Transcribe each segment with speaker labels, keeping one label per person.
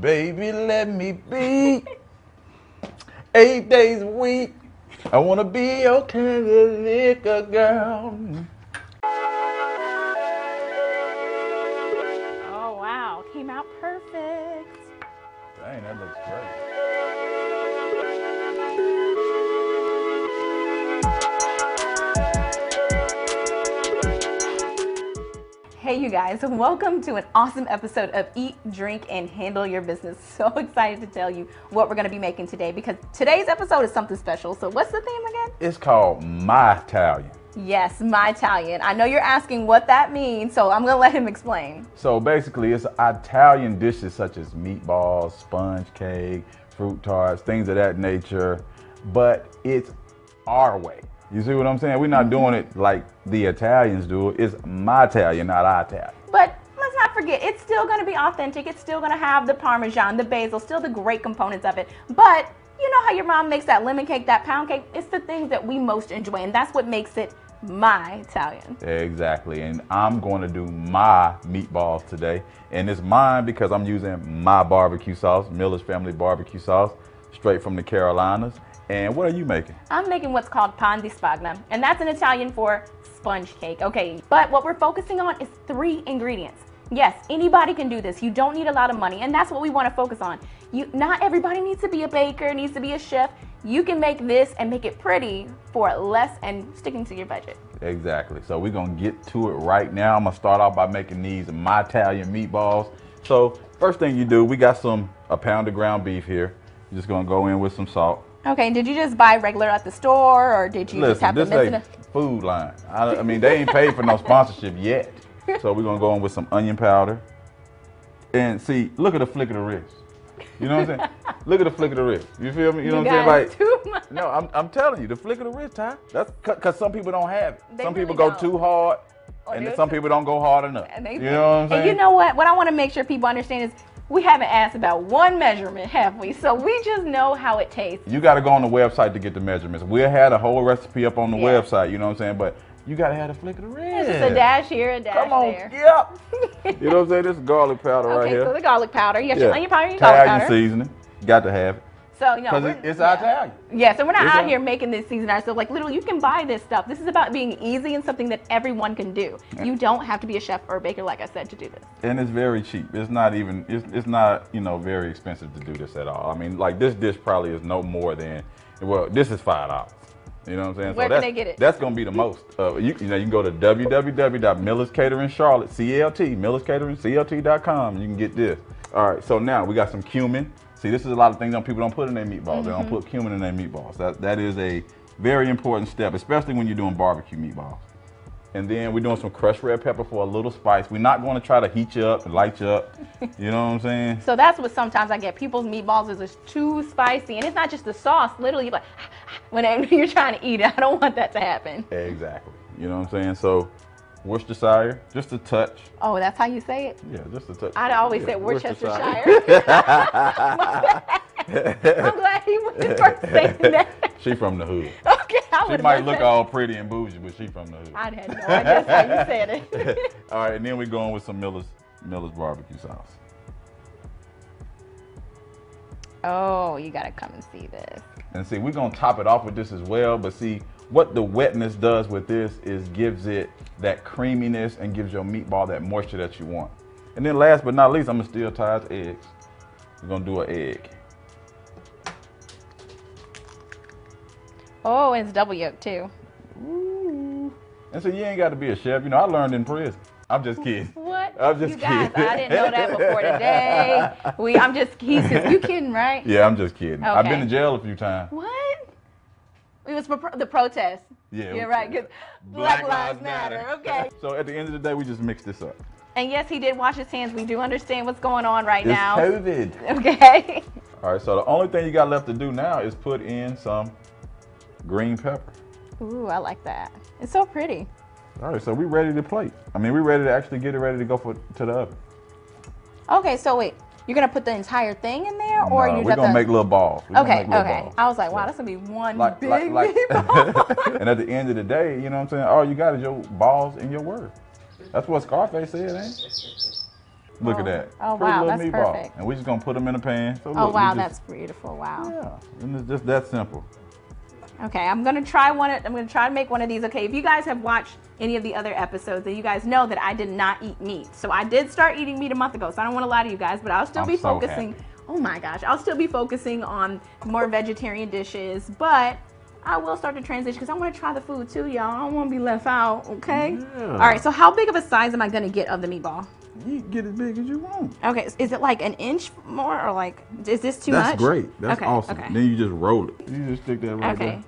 Speaker 1: Baby, let me be. Eight days a week. I want to be your kind of liquor girl.
Speaker 2: Oh, wow. Came out perfect.
Speaker 1: Dang, that looks great.
Speaker 2: Hey, you guys, welcome to an awesome episode of Eat, Drink, and Handle Your Business. So excited to tell you what we're going to be making today because today's episode is something special. So, what's the theme again?
Speaker 1: It's called My Italian.
Speaker 2: Yes, my Italian. I know you're asking what that means, so I'm going to let him explain.
Speaker 1: So basically, it's Italian dishes such as meatballs, sponge cake, fruit tarts, things of that nature, but it's our way. You see what I'm saying? We're not doing it like the Italians do. it. It's my Italian, not our Italian.
Speaker 2: But let's not forget, it's still going to be authentic. It's still going to have the Parmesan, the basil, still the great components of it. But you know how your mom makes that lemon cake, that pound cake? It's the things that we most enjoy, and that's what makes it my Italian.
Speaker 1: Exactly. And I'm going to do my meatballs today. And it's mine because I'm using my barbecue sauce, Miller's Family Barbecue Sauce, straight from the Carolinas. And what are you making?
Speaker 2: I'm making what's called pan di spagna, and that's an Italian for sponge cake. Okay, but what we're focusing on is three ingredients. Yes, anybody can do this. You don't need a lot of money, and that's what we want to focus on. You not everybody needs to be a baker, needs to be a chef. You can make this and make it pretty for less and sticking to your budget.
Speaker 1: Exactly. So we're gonna get to it right now. I'm gonna start off by making these my Italian meatballs. So first thing you do, we got some a pound of ground beef here. You're just gonna go in with some salt.
Speaker 2: Okay, did you just buy regular at the store or did you just
Speaker 1: Listen,
Speaker 2: have to
Speaker 1: this
Speaker 2: miss
Speaker 1: ain't
Speaker 2: it?
Speaker 1: food line. I, I mean, they ain't paid for no sponsorship yet. So we're gonna go in with some onion powder. And see, look at the flick of the wrist. You know what I'm saying? look at the flick of the wrist. You feel me? You know
Speaker 2: You
Speaker 1: what I'm saying?
Speaker 2: guys,
Speaker 1: Like
Speaker 2: too much.
Speaker 1: no, I'm, I'm telling you, the flick of the wrist, Ty. That's because some people don't have it.
Speaker 2: They
Speaker 1: some people go
Speaker 2: really don't.
Speaker 1: too hard,
Speaker 2: Or
Speaker 1: and
Speaker 2: they'll-
Speaker 1: then some people don't go hard enough.
Speaker 2: And they
Speaker 1: you know what I'm saying?
Speaker 2: And you know what? What I want to make sure people understand is we haven't asked about one measurement, have we? So we just know how it tastes.
Speaker 1: you got to go on the website to get the measurements. We had a whole recipe up on the
Speaker 2: Yeah.
Speaker 1: website. You know what I'm saying? But you got to have the flick of the wrist.
Speaker 2: It's just a dash here, a dash
Speaker 1: Come on,
Speaker 2: there.
Speaker 1: yep. you know what I'm saying? This is garlic powder right
Speaker 2: okay,
Speaker 1: here.
Speaker 2: so the garlic powder. You got your onion powder, your garlic
Speaker 1: Italian
Speaker 2: powder.
Speaker 1: seasoning. Got to have it
Speaker 2: So you know,
Speaker 1: because
Speaker 2: we're-
Speaker 1: it's
Speaker 2: yeah.
Speaker 1: Italian.
Speaker 2: Yeah, so we're not
Speaker 1: It's
Speaker 2: out
Speaker 1: a-
Speaker 2: here making this season ourselves. Like literally, you can buy this stuff. This is about being easy and something that everyone can do. You don't have to be a chef or a baker, like I said, to do this.
Speaker 1: and it's very cheap. It's not even it's, it's not you know very expensive to do this at all. I mean, like this dish probably is no more than well, this is five dollars. You know what I'm saying?
Speaker 2: Where can
Speaker 1: that's,
Speaker 2: they get it?
Speaker 1: That's gonna be the most. Uh, you, you know, you can go to www.miller's Catering Charlotte CLT Miller's Catering CLT.com. You can get this. All right. So now we got some cumin. See, this is a lot of things that people don't put in their meatballs. They don't
Speaker 2: Mm-hmm.
Speaker 1: put cumin in their meatballs. That that is a very important step, especially when you're doing barbecue meatballs. And then we're doing some crushed red pepper for a little spice. We're not going to try to heat you up and light you up. You know what I'm saying?
Speaker 2: So that's what sometimes I get. People's meatballs is just too spicy, and it's not just the sauce. Literally, like when you're trying to eat it, I don't want that to happen.
Speaker 1: Exactly. You know what I'm saying? So Worcestershire, just a touch.
Speaker 2: Oh, that's how you say it.
Speaker 1: Yeah, just a touch.
Speaker 2: I'd always
Speaker 1: Yeah,
Speaker 2: say Worcestershire. I'm glad he was the first saying that.
Speaker 1: she from the hood.
Speaker 2: Okay, I
Speaker 1: She
Speaker 2: would
Speaker 1: might look all pretty and bougie, but she from the hood.
Speaker 2: I had no idea that's how you said it.
Speaker 1: all right, and then we're going with some Miller's Miller's barbecue sauce.
Speaker 2: oh, you gotta come and see this.
Speaker 1: And see, we're gonna top it off with this as well. But see, what the wetness does with this is gives it that creaminess and gives your meatball that moisture that you want. And then last but not least, I'm gonna still tie it to eggs. We're gonna do an egg.
Speaker 2: Oh, and it's double yolk too.
Speaker 1: And so you ain't gotta be a chef. You know, I learned in prison. I'm just kidding.
Speaker 2: What?
Speaker 1: I'm just
Speaker 2: you guys,
Speaker 1: kidding.
Speaker 2: I didn't know that before today. We, I'm just, he's just, you kidding, right?
Speaker 1: Yeah, I'm just kidding. I've been
Speaker 2: Okay.
Speaker 1: to jail a few times.
Speaker 2: What? It was for pro- the protest.
Speaker 1: Yeah.
Speaker 2: You're right, because Black, Lives Matter. Okay.
Speaker 1: So at the end of the day, we just mix this up.
Speaker 2: And yes, he did wash his hands. We do understand what's going on right
Speaker 1: It's
Speaker 2: now.
Speaker 1: COVID.
Speaker 2: Okay.
Speaker 1: All right, so the only thing you got left to do now is put in some green pepper.
Speaker 2: Ooh, I like that. It's so pretty.
Speaker 1: All right, so we ready to plate. I mean, we ready to actually get it ready to go for to the oven.
Speaker 2: Okay, so wait, you're gonna put the entire thing in there, or
Speaker 1: No,
Speaker 2: you
Speaker 1: we're
Speaker 2: just
Speaker 1: gonna
Speaker 2: have
Speaker 1: make
Speaker 2: to?
Speaker 1: little balls. We're gonna
Speaker 2: okay,
Speaker 1: make little
Speaker 2: okay.
Speaker 1: balls.
Speaker 2: I was like, wow,
Speaker 1: Yeah.
Speaker 2: that's gonna be one
Speaker 1: like,
Speaker 2: big
Speaker 1: like, like,
Speaker 2: meatball.
Speaker 1: and at the end of the day, you know what I'm saying? All you got is your balls and your word. That's what Scarface said, ain't? it? Look
Speaker 3: Oh.
Speaker 1: at that.
Speaker 3: Oh,
Speaker 1: Pretty
Speaker 3: wow,
Speaker 1: little
Speaker 3: that's
Speaker 1: meatball.
Speaker 3: perfect.
Speaker 1: And we're just gonna put them in a pan. So
Speaker 3: Oh
Speaker 1: look, we
Speaker 3: wow,
Speaker 1: just-
Speaker 3: that's beautiful. Wow.
Speaker 1: yeah. And it's just that simple.
Speaker 3: Okay, I'm gonna try one. of- I'm gonna try to make one of these. Okay, if you guys have watched any of the other episodes, then you guys know that I did not eat meat. So I did start eating meat a month ago. So I don't want to lie to you guys, but I'll still
Speaker 1: I'm
Speaker 3: be
Speaker 1: so
Speaker 3: focusing.
Speaker 1: happy.
Speaker 3: Oh my gosh, I'll still be focusing on more vegetarian dishes, but. I will start to transition because I want to try the food too, y'all. I don't want to be left out, okay?
Speaker 1: Yeah.
Speaker 3: All right, so how big of a size am I going to get of the meatball?
Speaker 1: You can get as big as you want.
Speaker 3: Okay, is it like an inch more or like, is this too
Speaker 1: that's
Speaker 3: much?
Speaker 1: great. That's
Speaker 3: Okay,
Speaker 1: awesome.
Speaker 3: okay.
Speaker 1: Then you just roll it. You just stick that right
Speaker 3: Okay.
Speaker 1: there.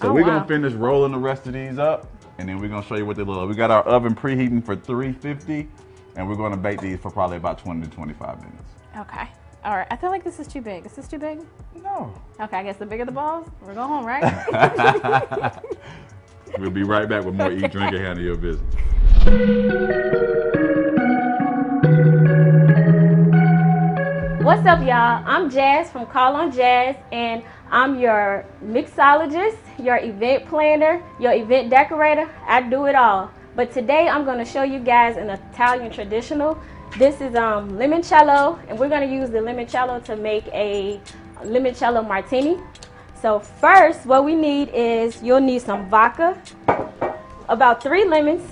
Speaker 1: So
Speaker 3: Oh,
Speaker 1: we're
Speaker 3: wow.
Speaker 1: gonna finish rolling the rest of these up, and then we're gonna show you what they look like. We got our oven preheating for 350, and we're gonna bake these for probably about 20 to 25 minutes.
Speaker 3: Okay. All right. I feel like this is too big. Is this too big?
Speaker 1: No.
Speaker 3: Okay. I guess the bigger the balls, we're going home, right?
Speaker 1: We'll be right back with more Eat, Drink, and Handle Your Business.
Speaker 3: What's up, y'all? I'm Jazz from Call on Jazz, and I'm your mixologist, your event planner, your event decorator. I do it all. But today, I'm going to show you guys an Italian traditional. This is um, limoncello, and we're going to use the limoncello to make a limoncello martini. So first, what we need is you'll need some vodka, about three lemons,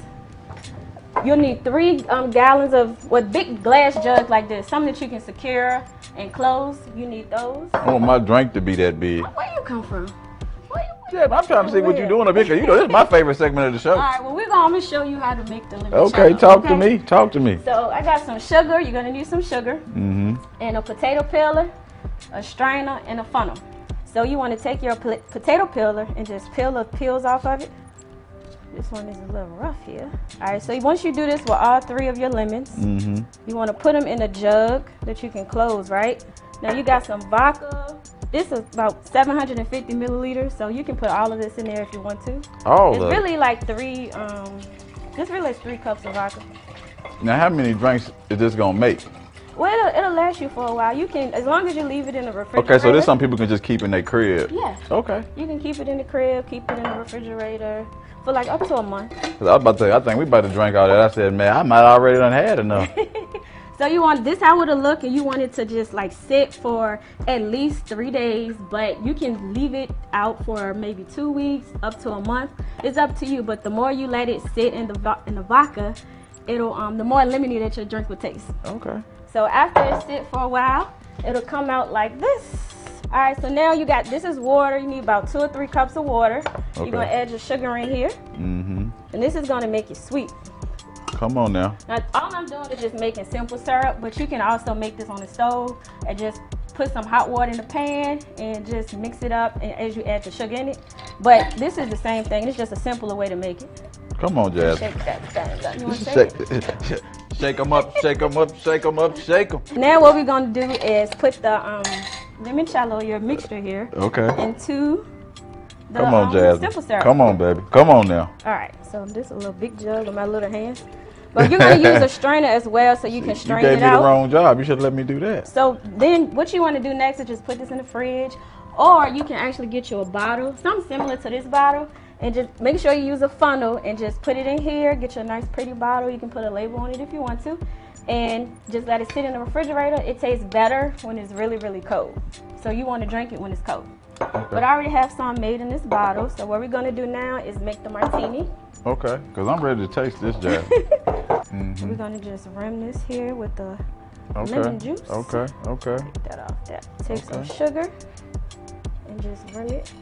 Speaker 3: You'll need three um, gallons of with big glass jugs like this, something that you can secure and close. You need those.
Speaker 1: I want my drink to be that big.
Speaker 3: Where you come from? Where you-
Speaker 1: Yeah, I'm trying to see what you're doing up here, 'cause you know this is my favorite segment of the
Speaker 3: All
Speaker 1: show.
Speaker 3: right, well we're gonna I'm gonna show you how to make the limoncello.
Speaker 1: Okay, talk to
Speaker 3: okay?
Speaker 1: me. Talk to me.
Speaker 3: So I got some sugar. You're gonna need some sugar and a potato peeler, a strainer, and a funnel. So you want to take your pl- potato peeler and just peel the peels off of it. This one is a little rough here. All right. So once you do this with all three of your lemons, you want to put them in a jug that you can close. Right. Now you got some vodka. This is about 750 milliliters, so you can put all of this in there if you want to.
Speaker 1: All
Speaker 3: it's
Speaker 1: of
Speaker 3: really like three. Um, this really is three cups of vodka.
Speaker 1: Now, how many drinks is this gonna make?
Speaker 3: Well, it'll, it'll last you for a while. You can, as long as you leave it in the refrigerator.
Speaker 1: Okay, so this some people can just keep in their crib.
Speaker 3: Yeah.
Speaker 1: Okay.
Speaker 3: You can keep it in the crib, keep it in the refrigerator for like up to a month.
Speaker 1: 'Cause I was about to say, I think we about to drink all that. I said, man, I might already done had enough.
Speaker 3: So you want this how it'll look, and you want it to just like sit for at least three days, but you can leave it out for maybe two weeks, up to a month. It's up to you. But the more you let it sit in the vo- in the vodka, it'll um the more lemony that your drink will taste.
Speaker 1: okay.
Speaker 3: So after it sit for a while, it'll come out like this. All right, so now you got this is water. You need about two or three cups of water. You're
Speaker 1: Okay.
Speaker 3: gonna add your sugar in here,
Speaker 1: Mm-hmm.
Speaker 3: and this is gonna make it sweet.
Speaker 1: Come on now.
Speaker 3: Now all I'm doing is just making simple syrup, but you can also make this on the stove and just put some hot water in the pan and just mix it up and as you add the sugar in it. But this is the same thing. It's just a simpler way to make it.
Speaker 1: Come on, Jazz.
Speaker 3: Shake that thing up. You wanna shake it?
Speaker 1: Shake, shake 'em up, shake 'em up, shake 'em up, shake 'em.
Speaker 3: Now what we're gonna do is put the um, limoncello, your mixture here,
Speaker 1: Okay.
Speaker 3: into the
Speaker 1: Come on,
Speaker 3: um, simple
Speaker 1: Jazz.
Speaker 3: syrup.
Speaker 1: Come on, baby. Come on now.
Speaker 3: All right, so this is a little big jug with my little hands, but you're gonna use a strainer as well, so you can
Speaker 1: You
Speaker 3: strain
Speaker 1: gave
Speaker 3: it
Speaker 1: me
Speaker 3: out.
Speaker 1: the wrong job. You should let me do that.
Speaker 3: So then what you want to do next is just put this in the fridge or you can actually get you a bottle, something similar to this bottle, and just make sure you use a funnel and just put it in here, get you a nice pretty bottle. You can put a label on it if you want to. And just let it sit in the refrigerator. It tastes better when it's really, really cold. So you want to drink it when it's cold. But I already have some made in this bottle. So what we're gonna do now is make the martini.
Speaker 1: Okay. Cause I'm ready to taste this, Jazz.
Speaker 3: We're gonna just rim this here with the Lemon
Speaker 1: Okay.
Speaker 3: juice.
Speaker 1: Okay. Okay.
Speaker 3: that off that. Take some
Speaker 1: Okay.
Speaker 3: sugar and just rim it.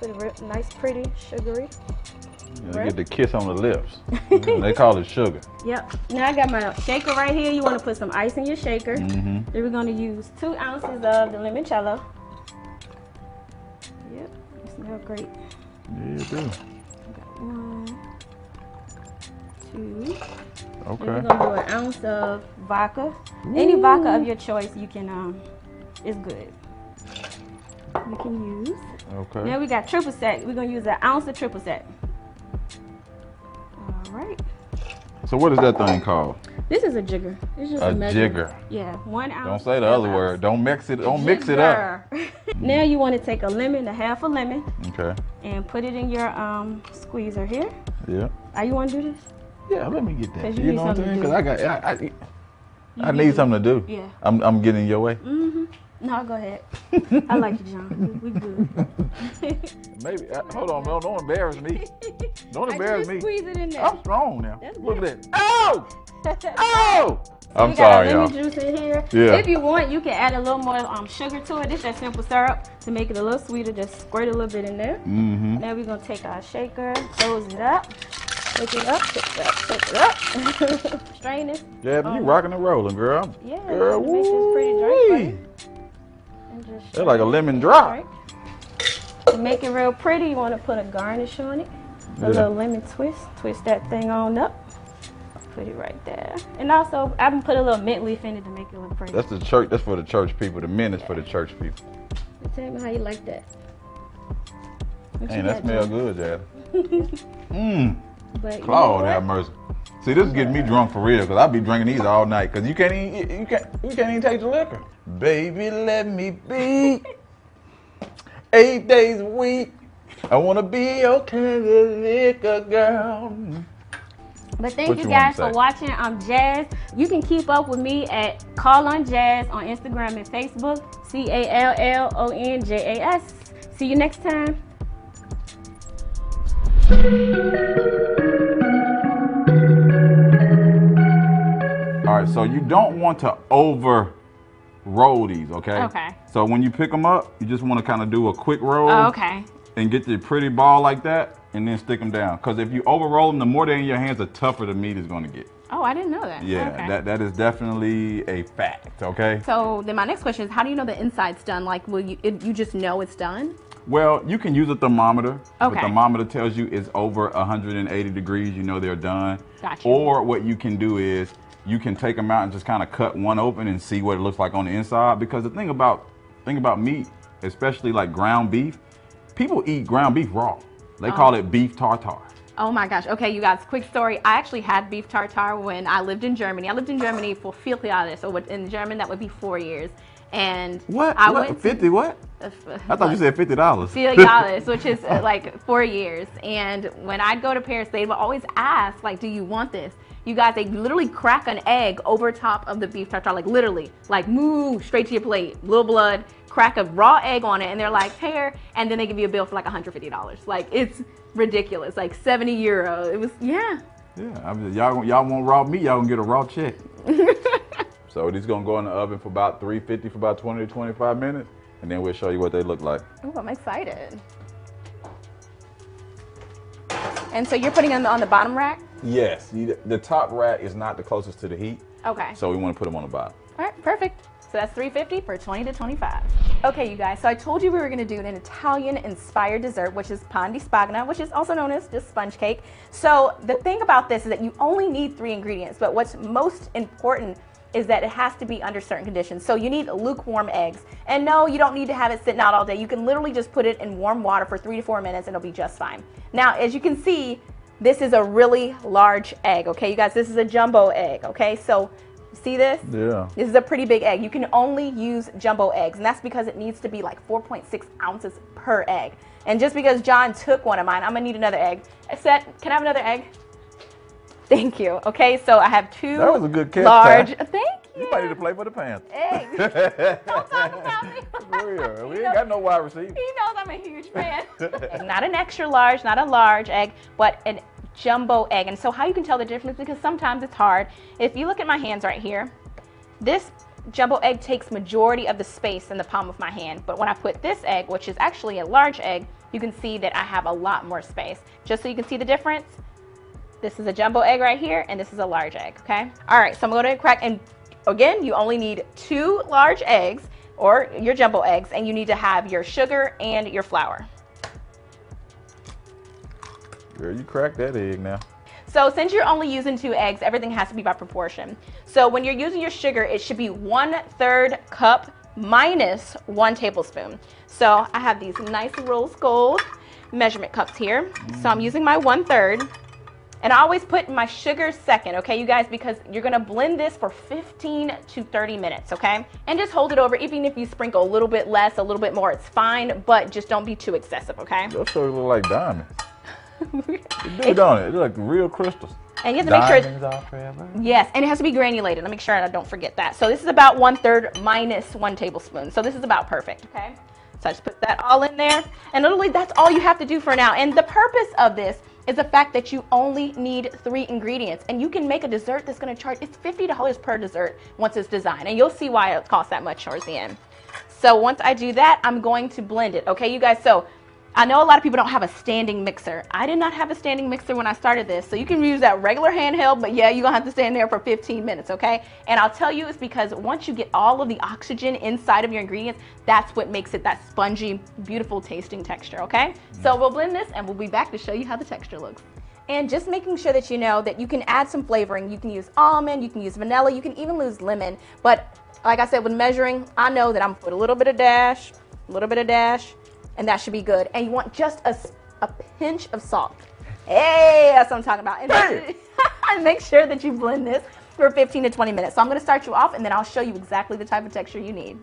Speaker 3: Put it real- nice, pretty, sugary.
Speaker 1: You get the kiss on the lips. they call it sugar.
Speaker 3: Yep. Now I got my shaker right here. You want to put some ice in your shaker.
Speaker 1: Mm-hmm.
Speaker 3: Then we're going to use two ounces of the limoncello. Yep. It smells great.
Speaker 1: Yeah, you do.
Speaker 3: Got one, two. Then we're
Speaker 1: Okay.
Speaker 3: gonna do an ounce of vodka. Any vodka of your choice, you can. Um, it's good. You can use. Now
Speaker 1: Okay.
Speaker 3: we got triple sec. We're gonna use an ounce of triple sec. All right.
Speaker 1: So what is that thing called?
Speaker 3: This is a jigger. It's just a,
Speaker 1: A
Speaker 3: measurement.
Speaker 1: jigger.
Speaker 3: Oh, Yeah, one ounce.
Speaker 1: Don't say the
Speaker 3: half
Speaker 1: other
Speaker 3: ounce.
Speaker 1: word. Don't mix it. Don't mix it up.
Speaker 3: Jigger. now you want to take a lemon, a half a lemon,
Speaker 1: Okay.
Speaker 3: and put it in your um squeezer here.
Speaker 1: Yeah.
Speaker 3: Are you want to do this?
Speaker 1: Yeah, let me get that.
Speaker 3: 'Cause you need something to do.
Speaker 1: I got. I, I, I need something to do.
Speaker 3: Yeah. Mm.
Speaker 1: I'm, I'm getting in your way.
Speaker 3: No, go ahead. I like you, John. We good.
Speaker 1: Maybe. I, hold on, man. Don't embarrass me. Don't
Speaker 3: I
Speaker 1: embarrass
Speaker 3: just
Speaker 1: me.
Speaker 3: squeeze it in there.
Speaker 1: I'm strong now.
Speaker 3: That's
Speaker 1: Look at
Speaker 3: good.
Speaker 1: that. Oh! Oh! I'm
Speaker 3: We got
Speaker 1: sorry,
Speaker 3: our
Speaker 1: y'all.
Speaker 3: lemon juice in here.
Speaker 1: Yeah.
Speaker 3: If you want, you can add a little more um, sugar to it. This that simple syrup to make it a little sweeter. Just squirt a little bit in there.
Speaker 1: Mm-hmm.
Speaker 3: Now we're gonna take our shaker, close it up, pick it up, pick it up, pick it up, strain it,
Speaker 1: Yeah, but you
Speaker 3: Um,
Speaker 1: rocking and rolling, girl.
Speaker 3: yeah,
Speaker 1: girl,
Speaker 3: it makes this pretty drink,
Speaker 1: woo-wee.
Speaker 3: right? and just
Speaker 1: They're like a lemon
Speaker 3: Right.
Speaker 1: drop.
Speaker 3: To make it real pretty, you want to put a garnish on it. A
Speaker 1: Yeah.
Speaker 3: little lemon twist. Twist that thing on up. Put it right there. And also, I can put a little mint leaf in it to make it look pretty.
Speaker 1: That's the church. That's for the church people. The men is for the church people.
Speaker 3: Tell me how you like that. What
Speaker 1: Hey,
Speaker 3: you
Speaker 1: that
Speaker 3: got,
Speaker 1: smell
Speaker 3: Jay?
Speaker 1: good, yeah. Mmm.
Speaker 3: But you know
Speaker 1: Lord
Speaker 3: what?
Speaker 1: have mercy. See, this is getting me drunk for real, cause I be drinking these all night. Cause you can't even you can't you can't even taste the liquor. Baby, let me be. Eight days a week. I wanna be your kind of liquor girl.
Speaker 3: But thank
Speaker 1: What
Speaker 3: you
Speaker 1: you wanna
Speaker 3: guys for
Speaker 1: say?
Speaker 3: watching. I'm Jazz. You can keep up with me at Call on Jazz on Instagram and Facebook. C A L L O N J A S. See you next time.
Speaker 1: All right, so you don't want to over roll these, okay?
Speaker 2: Okay.
Speaker 1: So when you pick them up, you just want to kind of do a quick roll.
Speaker 2: Oh, okay.
Speaker 1: and get the pretty ball like that, and then stick them down. Because if you overroll them, the more they're in your hands, the tougher the meat is going to get.
Speaker 2: Oh, I didn't know that.
Speaker 1: Yeah,
Speaker 2: Okay.
Speaker 1: that, that is definitely a fact. Okay.
Speaker 2: so then my next question is, how do you know the inside's done? Like, will you it, you just know it's done?
Speaker 1: Well, you can use a thermometer. If
Speaker 2: Okay.
Speaker 1: a thermometer tells you it's over 180 degrees, you know they're done.
Speaker 2: Gotcha.
Speaker 1: Or what you can do is you can take them out and just kind of cut one open and see what it looks like on the inside. Because the thing about thing about meat, especially like ground beef, people eat ground beef raw. They call it beef tartare.
Speaker 2: Oh my gosh. Okay, you guys, quick story. I actually had beef tartare when I lived in Germany. I lived in Germany for 50 years. So what- in German, that would be four years. And
Speaker 1: What?
Speaker 2: I
Speaker 1: what?
Speaker 2: went to-
Speaker 1: 50 what? I thought you said fifty dollars.
Speaker 2: Filiales, which is uh, like four years. And when I'd go to Paris, they would always ask, like, do you want this? You guys, they literally crack an egg over top of the beef tartare, like literally, like moo, straight to your plate, little blood, crack a raw egg on it, and they're like, here, and then they give you a bill for like $150. Like, it's ridiculous, like 70 euro. It was, yeah.
Speaker 1: yeah, I'm just, y'all gon- y'all want raw meat? Y'all gonna get a raw check. so these gonna go in the oven for about three fifty for about twenty to twenty five minutes, and then we'll show you what they look like.
Speaker 2: Ooh, I'm excited. And so you're putting them on the bottom rack?
Speaker 1: Yes, you, the top rack is not the closest to the heat,
Speaker 2: Okay.
Speaker 1: so we want to put them on the bottom.
Speaker 2: All right, perfect. So that's 350 for 20 to 25. Okay, you guys, so I told you we were gonna do an Italian inspired dessert, which is pan di spagna, which is also known as just sponge cake. So the thing about this is that you only need three ingredients, but what's most important is that it has to be under certain conditions. So you need lukewarm eggs. And no, you don't need to have it sitting out all day. You can literally just put it in warm water for three to four minutes and it'll be just fine. Now, as you can see, this is a really large egg, okay? You guys, this is a jumbo egg, okay? So see this?
Speaker 1: Yeah.
Speaker 2: This is a pretty big egg. You can only use jumbo eggs, and that's because it needs to be like 4.6 ounces per egg. And just because John took one of mine, I'm gonna need another egg. Set, can I have another egg? Thank you. Okay, so I have two.
Speaker 1: That was a good catch,
Speaker 2: Large.
Speaker 1: Ty.
Speaker 2: Thank you.
Speaker 1: You might need to play for the Panthers.
Speaker 2: Egg. Don't talk about me.
Speaker 1: Real, we ain't got no wide receiver.
Speaker 2: He knows I'm a huge fan. not an extra large, not a large egg, but an jumbo egg. And so, how you can tell the difference because sometimes it's hard. If you look at my hands right here, this jumbo egg takes majority of the space in the palm of my hand. But when I put this egg, which is actually a large egg, you can see that I have a lot more space. Just so you can see the difference, this is a jumbo egg right here, and this is a large egg, okay? All right, so I'm gonna crack, and again, you only need two large eggs or your jumbo eggs, and you need to have your sugar and your flour.
Speaker 1: Girl, you cracked that egg now.
Speaker 2: So since you're only using two eggs, everything has to be by proportion. So when you're using your sugar, it should be one third cup minus one tablespoon. So I have these nice rose gold measurement cups here. So I'm using my one third. And I always put my sugar second, okay, you guys, because you're gonna blend this for 15 to 30 minutes, okay? And just hold it over, even if you sprinkle a little bit less, a little bit more, it's fine, but just don't be too excessive, okay?
Speaker 1: Your show look like diamonds. Dude, on it. They're like real crystals.
Speaker 2: and you have to make sure.
Speaker 1: Diamonds are forever.
Speaker 2: Yes, and it has to be granulated. I make sure I don't forget that. So this is about one third minus one tablespoon. So this is about perfect. Okay. So I just put that all in there, and literally that's all you have to do for now. And the purpose of this is the fact that you only need three ingredients, and you can make a dessert that's going to charge. It's fifty dollars per dessert once it's designed, and you'll see why it costs that much towards the end. So once I do that, I'm going to blend it. Okay, you guys. So I know a lot of people don't have a standing mixer. I did not have a standing mixer when I started this. So you can use that regular handheld, but yeah, you're gonna have to stand there for 15 minutes, okay? And I'll tell you it's because once you get all of the oxygen inside of your ingredients, that's what makes it that spongy, beautiful tasting texture, okay? So we'll blend this and we'll be back to show you how the texture looks. And just making sure that you know that you can add some flavoring. You can use almond, you can use vanilla, you can even use lemon. But like I said, with measuring, I know that I'm gonna put a little bit of dash, a little bit of dash, and that should be good. And you want just a, s- a pinch of salt. Hey, that's what I'm talking about. And make, sure, make sure that you blend this for 15 to 20 minutes. So I'm gonna start you off and then I'll show you exactly the type of texture you need.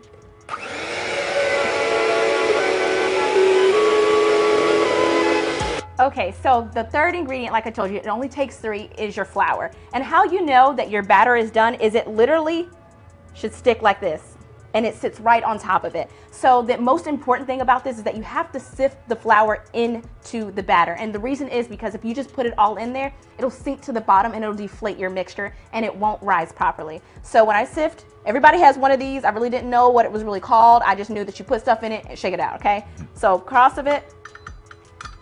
Speaker 2: Okay, so the third ingredient, like I told you, it only takes three, is your flour. And how you know that your batter is done is it literally should stick like this and it sits right on top of it. So the most important thing about this is that you have to sift the flour into the batter. And the reason is because if you just put it all in there, it'll sink to the bottom and it'll deflate your mixture and it won't rise properly. So when I sift, everybody has one of these. I really didn't know what it was really called. I just knew that you put stuff in it and shake it out, okay? So cross of it,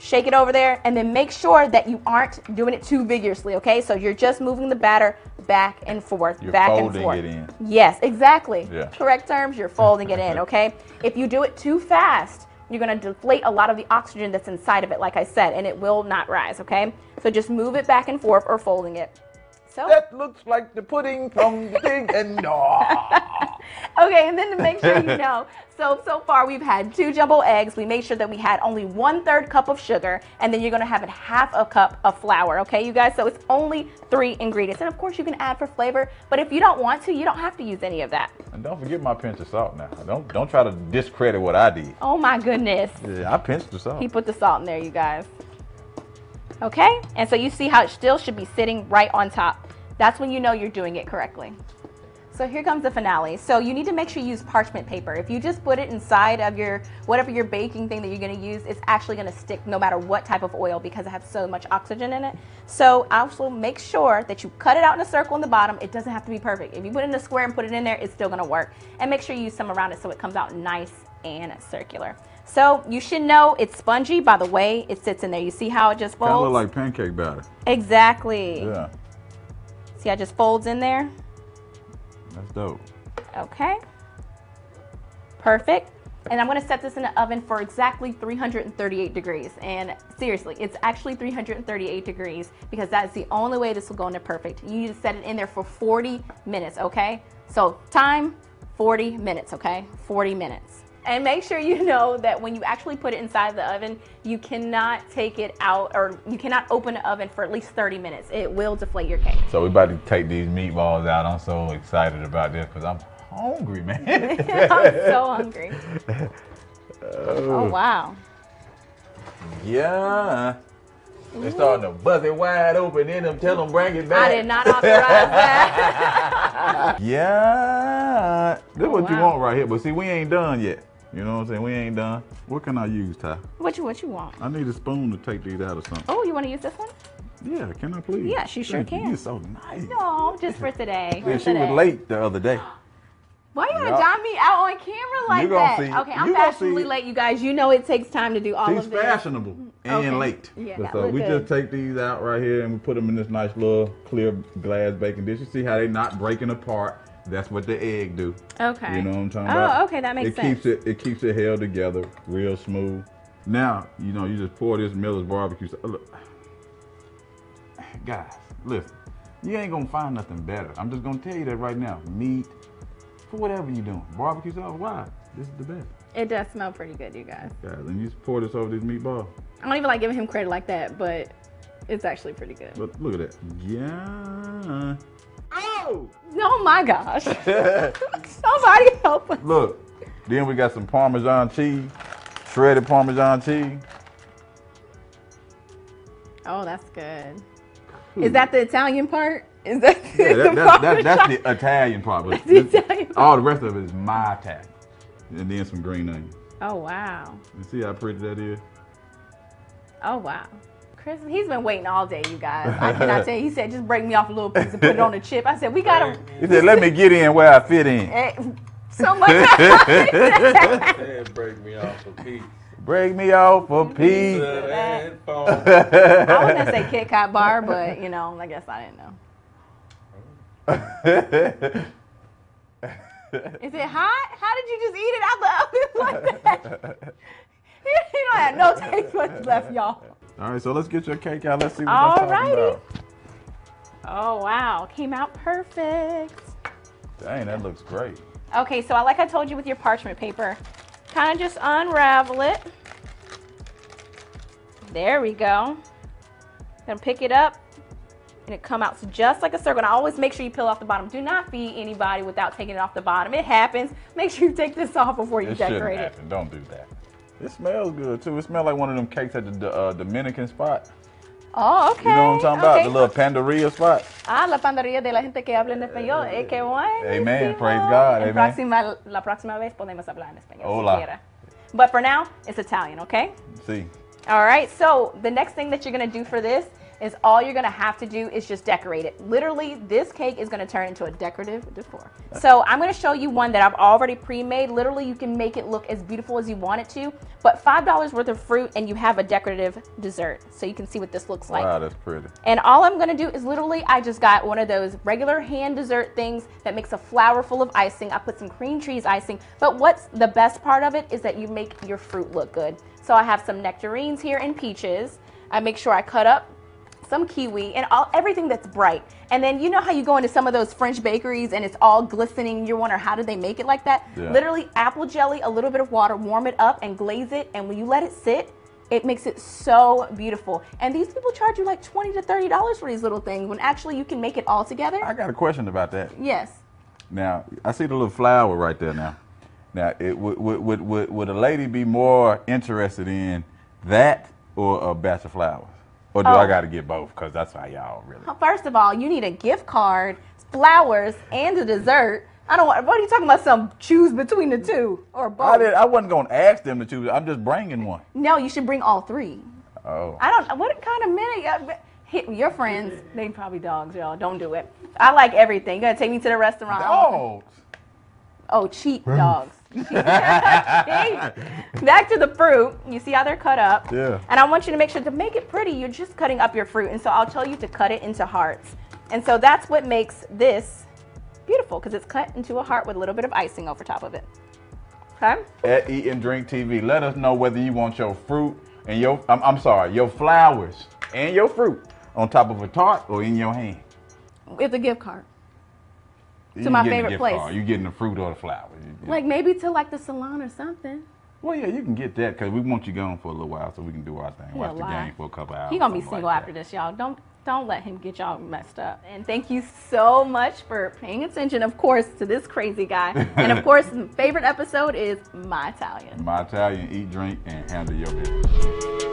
Speaker 2: shake it over there, and then make sure that you aren't doing it too vigorously, okay? So you're just moving the batter back and forth,
Speaker 1: You're
Speaker 2: back and
Speaker 1: folding
Speaker 2: forth.
Speaker 1: it in.
Speaker 2: Yes, exactly.
Speaker 1: Yeah.
Speaker 2: Correct terms, you're folding it in, okay? If you do it too fast, you're gonna deflate a lot of the oxygen that's inside of it, like I said, and it will not rise, okay? So just move it back and forth or folding it. So,
Speaker 1: That looks like the pudding from the pig and
Speaker 2: okay, and then to make sure you know, so so far we've had two jumbo eggs. We made sure that we had only one third cup of sugar, and then you're gonna have a half a cup of flour, okay, you guys? So it's only three ingredients. And of course you can add for flavor, but if you don't want to, you don't have to use any of that.
Speaker 1: And don't forget my pinch of salt now. Don't don't try to discredit what I did.
Speaker 2: Oh my goodness.
Speaker 1: Yeah, I pinched the salt.
Speaker 2: He put the salt in there, you guys. Okay? And so you see how it still should be sitting right on top. That's when you know you're doing it correctly. So here comes the finale. So you need to make sure you use parchment paper. If you just put it inside of your whatever your baking thing that you're going to use, it's actually going to stick no matter what type of oil because it has so much oxygen in it. So also make sure that you cut it out in a circle in the bottom. It doesn't have to be perfect. If you put it in a square and put it in there, it's still going to work. And make sure you use some around it so it comes out nice and circular. So you should know it's spongy by the way it sits in there. You see how it just
Speaker 1: kind of
Speaker 2: folds?
Speaker 1: look like pancake batter.
Speaker 2: exactly.
Speaker 1: Yeah,
Speaker 2: See how it just folds in there?
Speaker 1: that's dope.
Speaker 2: Okay. Perfect. And I'm gonna set this in the oven for exactly 338 degrees. And seriously, it's actually 338 degrees because that's the only way this will go into perfect. You need to set it in there for 40 minutes, okay? So time, 40 minutes, okay? 40 minutes. And make sure you know that when you actually put it inside the oven, you cannot take it out or you cannot open the oven for at least 30 minutes. It will deflate your cake.
Speaker 1: So we about to take these meatballs out. I'm so excited about this because I'm hungry, man.
Speaker 2: I'm so hungry. Oh, wow.
Speaker 1: yeah. They're starting to buzz it wide open in them. Tell them bring it back.
Speaker 2: I did not authorize that.
Speaker 1: Yeah. This what you
Speaker 2: wow.
Speaker 1: want right here. But see, we ain't done yet. You know what I'm saying? We ain't done. What can I use, Ty?
Speaker 2: what you what you want?
Speaker 1: I need a spoon to take these out or something.
Speaker 2: Oh, you want to use this one?
Speaker 1: Yeah, can I please?
Speaker 2: Yes, you sure
Speaker 1: Thank
Speaker 2: can.
Speaker 1: You're so nice.
Speaker 2: No, just for today. for
Speaker 1: And she was
Speaker 2: today.
Speaker 1: late the other day.
Speaker 2: Why you gonna
Speaker 1: Yup.
Speaker 2: dime me out on camera like
Speaker 1: gonna
Speaker 2: that?
Speaker 1: see-
Speaker 2: okay, I'm
Speaker 1: you gonna
Speaker 2: fashionably
Speaker 1: see-
Speaker 2: late, you guys. You know it takes time to do all
Speaker 1: She's
Speaker 2: of this.
Speaker 1: fashionable and
Speaker 2: Okay.
Speaker 1: late.
Speaker 2: Yeah,
Speaker 1: But
Speaker 2: that
Speaker 1: so
Speaker 2: look
Speaker 1: we
Speaker 2: good.
Speaker 1: just take these out right here and we put them in this nice little clear glass baking dish. You see how they not breaking apart? That's what the egg do.
Speaker 2: Okay.
Speaker 1: You know what I'm talking
Speaker 2: Oh,
Speaker 1: about?
Speaker 2: okay, that makes
Speaker 1: it
Speaker 2: sense.
Speaker 1: Keeps it, it keeps it held together real smooth. Now, you know, you just pour this Miller's barbecue. sa- Look, guys, listen, you ain't gonna find nothing better. I'm just gonna tell you that right now. Meat, for whatever you're doing, barbecue sauce, why? This is the best.
Speaker 2: It does smell pretty good, you guys.
Speaker 1: Guys, and you just pour this over these meatballs.
Speaker 2: I don't even like giving him credit like that, but it's actually pretty good.
Speaker 1: Look, look at that. Yeah. Oh!
Speaker 2: Oh my gosh. Somebody help us.
Speaker 1: Look. Then we got some Parmesan cheese, shredded Parmesan cheese.
Speaker 2: Oh, that's good. Is that the Italian part? Is that,
Speaker 1: Hmm. Yeah,
Speaker 2: the
Speaker 1: that, that,
Speaker 2: part
Speaker 1: that,
Speaker 2: we're
Speaker 1: that's
Speaker 2: talking-
Speaker 1: the Italian part. But
Speaker 2: the
Speaker 1: this-
Speaker 2: Italian part.
Speaker 1: all the rest of it is my attack. And then some green onion.
Speaker 2: Oh wow.
Speaker 1: You see how pretty that is?
Speaker 2: Oh wow. Chris, he's been waiting all day, you guys. I cannot tell you. He said, just break me off a little piece and put it on the chip. I said, we gotta
Speaker 1: He said, let me get in where I fit in.
Speaker 2: eh, so much.
Speaker 4: That break me off a piece.
Speaker 1: Break me off for peace.
Speaker 4: That phone.
Speaker 2: I was gonna say Kit Kat bar, but you know, I guess I didn't know. Is it hot? How did you just eat it out the oven like that? You don't have no taste what's left, y'all.
Speaker 1: All right, so let's get your cake out. Let's see what
Speaker 2: All
Speaker 1: that's talking
Speaker 2: righty.
Speaker 1: about.
Speaker 2: Oh wow, came out perfect.
Speaker 1: Dang, that looks great.
Speaker 2: Okay, so I like I told you with your parchment paper, kind of just unravel it. There we go. Then pick it up, and it come out just like a circle. And I always make sure you peel off the bottom. Do not feed anybody without taking it off the bottom. It happens. Make sure you take this off before you
Speaker 1: It shouldn't
Speaker 2: decorate it.
Speaker 1: happen. Don't do that. It smells good too. It smells like one of them cakes at the D- uh, Dominican spot.
Speaker 2: Oh, okay.
Speaker 1: You know what I'm talking
Speaker 2: okay.
Speaker 1: about? The little Pandaria spot.
Speaker 2: Ah, la pandería de la gente que habla en español. Eh, qué buenísimo.
Speaker 1: Amen. Praise God.
Speaker 2: En
Speaker 1: Amen.
Speaker 2: Próxima, la próxima vez podemos hablar en español. si
Speaker 1: Hola.
Speaker 2: quiera. But for now, it's Italian, okay?
Speaker 1: See,
Speaker 2: All right, so the next thing that you're gonna do for this is all you're gonna have to do is just decorate it. Literally, this cake is gonna turn into a decorative decor. So I'm gonna show you one that I've already pre-made. Literally, you can make it look as beautiful as you want it to, but $5 worth of fruit and you have a decorative dessert. So you can see what this looks like.
Speaker 1: wow, that's pretty.
Speaker 2: And all I'm gonna do is literally, I just got one of those regular hand dessert things that makes a flower full of icing. I put some cream cheese icing, but what's the best part of it is that you make your fruit look good. So I have some nectarines here and peaches. I make sure I cut up some kiwi and all everything that's bright. And then you know how you go into some of those French bakeries and it's all glistening. You wonder how did they make it like that?
Speaker 1: Yeah.
Speaker 2: Literally apple jelly, a little bit of water, warm it up and glaze it. And when you let it sit, it makes it so beautiful. And these people charge you like twenty to thirty dollars for these little things when actually you can make it all together.
Speaker 1: I got a question about that.
Speaker 2: yes.
Speaker 1: Now, I see the little flower right there now. Now, it, would, would, would, would, would a lady be more interested in that or a batch of flowers? Or do
Speaker 2: Oh.
Speaker 1: I got to get both? Because that's how y'all really.
Speaker 2: First of all, you need a gift card, flowers, and a dessert. I don't want. What are you talking about? Some choose between the two or both?
Speaker 1: I, did, I wasn't going to ask them to choose. I'm just bringing one.
Speaker 2: No, you should bring all three.
Speaker 1: Oh.
Speaker 2: I don't. What kind of minute? y'all- Hit your friends. They probably dogs, y'all. Don't do it. I like everything. You gotta take me to the restaurant.
Speaker 1: Dogs.
Speaker 2: Oh, cheap dogs. Back to the fruit. You see how they're cut up.
Speaker 1: Yeah.
Speaker 2: And I want you to make sure to make it pretty. You're just cutting up your fruit, and so I'll tell you to cut it into hearts. And so that's what makes this beautiful because it's cut into a heart with a little bit of icing over top of it. Okay.
Speaker 1: at Eat and Drink TV. Let us know whether you want your fruit and your I'm, I'm sorry, your flowers and your fruit on top of a tart or in your hand.
Speaker 2: With a gift card.
Speaker 1: To
Speaker 2: my favorite place.
Speaker 1: You getting the fruit or the flower? You- you-
Speaker 2: Like maybe to like the salon or something.
Speaker 1: well, yeah, you can get that because we want you gone for a little while so we can do our thing, watch the
Speaker 2: lie.
Speaker 1: game for a couple hours.
Speaker 2: He gonna be
Speaker 1: something
Speaker 2: single
Speaker 1: like
Speaker 2: after
Speaker 1: that.
Speaker 2: this, y'all. Don't don't let him get y'all messed up. And thank you so much for paying attention, of course, to this crazy guy. and of course, favorite episode is my Italian.
Speaker 1: My Italian, eat, drink, and handle your business.